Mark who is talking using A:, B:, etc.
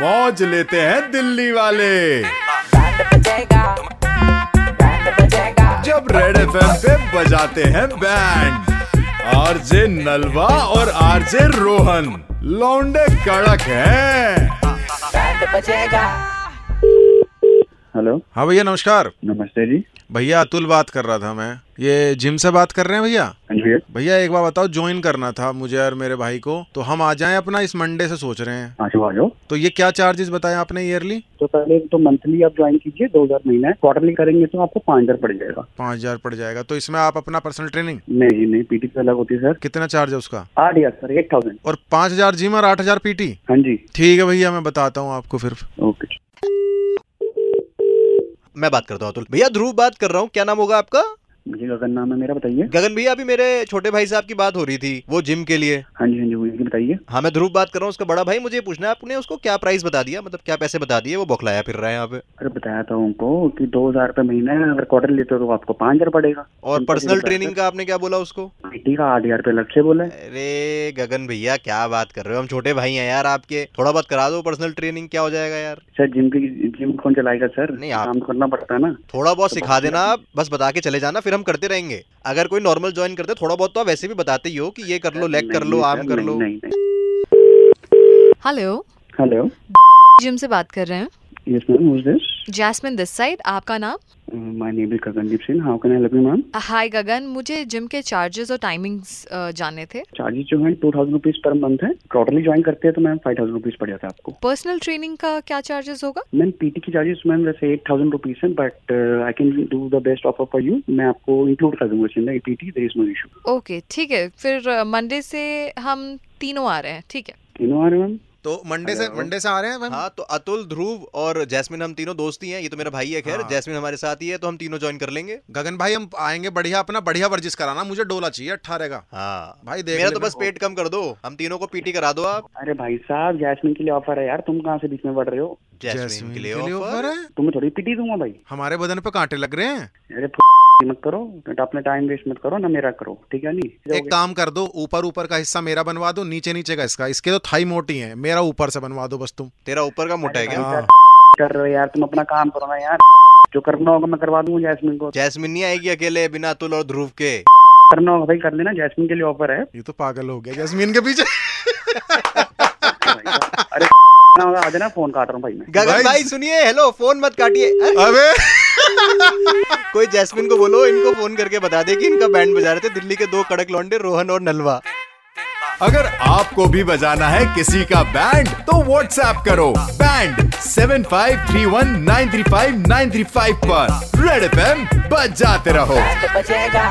A: मौज लेते हैं दिल्ली वाले जब रेड एफ पे बजाते हैं बैंड आरजे नलवा और आरजे रोहन लौंडे कड़क हैं
B: हेलो
C: हाँ भैया नमस्कार
B: नमस्ते जी
C: भैया अतुल बात कर रहा था मैं ये जिम से बात कर रहे हैं भैया
B: हाँ जी भैया
C: भैया एक बार बताओ ज्वाइन करना था मुझे और मेरे भाई को तो हम आ जाएं अपना इस मंडे से सोच रहे हैं
B: हाँ जी आ जाओ
C: तो ये क्या चार्जेस बताए आपने ईयरली
B: तो पहले तो मंथली आप ज्वाइन कीजिए दो हजार महीना है क्वार्टरली करेंगे तो आपको पाँच हजार पड़ जाएगा
C: पाँच हजार पड़ जाएगा तो इसमें आप अपना पर्सनल ट्रेनिंग
B: नहीं नहीं पीटी तो अलग होती है सर
C: कितना चार्ज है उसका
B: आठ हजार सर एट थाउजेंड
C: और पाँच हजार जिम और आठ हजार पीटी
B: हाँ जी
C: ठीक है भैया मैं बताता हूँ आपको फिर
B: ओके जी।
D: मैं बात करता हूँ अतुल भैया ध्रुव बात कर रहा हूँ क्या नाम होगा आपका
B: मुझे गगन नाम है मेरा बताइए
D: गगन भैया अभी मेरे छोटे भाई साहब की बात हो रही थी वो जिम के लिए
B: हाँ जी हाँ जी भैया जी बताइए
D: हाँ मैं ध्रुव बात कर रहा हूँ उसका बड़ा भाई मुझे ये पूछना है आपने उसको क्या प्राइस बता दिया मतलब क्या पैसे बता दिए वो बौखलाया फिर रहा है यहाँ पे
B: अरे बताया था उनको कि दो हजार रुपये महीना है अगर क्वार्टर लेते हो तो आपको पाँच हजार पड़ेगा
D: और पर्सनल ट्रेनिंग का आपने क्या बोला उसको
B: पीटी का आठ हजार रुपये अलग से बोला है
D: अरे गगन भैया क्या बात कर रहे हो हम छोटे भाई हैं यार आपके थोड़ा बहुत करा दो पर्सनल ट्रेनिंग क्या हो जाएगा यार
B: सर जिम की जिम कौन चलाएगा सर
D: नहीं, आप-
B: काम तो करना पड़ता है ना
D: थोड़ा बहुत
B: तो
D: सिखा देना आप बस बता के चले जाना फिर हम करते रहेंगे अगर कोई नॉर्मल ज्वाइन करते थोड़ा बहुत तो आप वैसे भी बताते ही हो कि ये कर लो लेग कर लो
B: नहीं,
D: आर्म
B: सर,
D: कर
B: नहीं,
D: लो
B: नहीं नहीं।
E: हेलो
B: हेलो
E: जिम से बात कर रहे हैं
B: yes ma'am who's this
E: Jasmine this side आपका नाम
B: my name is Gagandeep Singh how can I help you ma'am
E: hi Gagan मुझे जिम के चार्जेस और टाइमिंग्स जानने थे
B: चार्जेस जो है two thousand rupees per month है क्वार्टरली ज्वाइन करते हैं तो मैम फाइव थाउजेंड रुपीज पड़ जाता है आपको
E: पर्सनल ट्रेनिंग का क्या चार्जेस होगा
B: मैम पीटी की चार्जेस मैम वैसे एट थाउजेंड रुपीज है but I can do the best offer for you मैं आपको इंक्लूड कर दूंगा इसमें PT there is no issue
E: okay ठीक है फिर मंडे से हम तीनों आ रहे हैं ठीक है
B: तीनों आ रहे मैम
C: तो मंडे से मंडे से आ रहे हैं मैम?
D: हाँ तो अतुल ध्रुव और जैस्मिन हम तीनों दोस्त ही हैं ये तो मेरा भाई है खैर
C: हाँ।
D: जैस्मिन हमारे साथ ही है तो हम तीनों ज्वाइन कर लेंगे
C: गगन भाई हम आएंगे बढ़िया अपना बढ़िया वर्जिश कराना मुझे डोला चाहिए अट्ठारह का
D: हाँ
C: भाई देख
D: मेरा
C: ले
D: तो बस
C: मेरे को।
D: पेट कम कर दो हम तीनों को पीटी करा दो आप
B: अरे भाई साहब जैस्मिन के लिए ऑफर है यार तुम कहाँ से बीच में बढ़ रहे हो
D: जैस्मिन के लिए ऑफर
C: है
B: तुम्हें थोड़ी पीटी दूंगा भाई
C: हमारे बदन पे कांटे लग रहे हैं
B: अरे फु- मत करो तो अपना टाइम वेस्ट मत करो ना मेरा करो ठीक है नहीं
C: एक काम कर दो ऊपर ऊपर का हिस्सा मेरा बनवा दो नीचे नीचे का इसका इसके तो थाई मोटी है मेरा ऊपर से बनवा दो बस तुम
D: तेरा ऊपर का मोटा है
B: भाई
D: क्या
C: हाँ।
B: साहब, कर रहे हो यार तुम अपना काम करो ना यार जो करना होगा मैं करवा दूंगा जैस्मिन को
D: जैस्मिन नहीं आएगी अकेले बिना अतुल और ध्रुव के
B: करना होगा भाई कर लेना जैस्मिन के लिए ऑफर है
C: ये तो पागल हो गया जैस्मीन के पीछे
B: भाई साहब, अरे ना होगा आ जाना फोन काट रहा हूँ भाई मैं
D: गगन
C: भाई-
D: भाई सुनिए हेलो फोन मत काटिए अरे,
C: अबे
D: कोई जैस्मिन को बोलो इनको फोन करके बता दे कि इनका बैंड बजा रहे थे दिल्ली के दो कड़क लौंडे रोहन और नलवा
A: अगर आपको भी बजाना है किसी का बैंड तो व्हाट्सएप करो बैंड 7531935935 पर रेड एफ बजाते रहो
F: बचेगा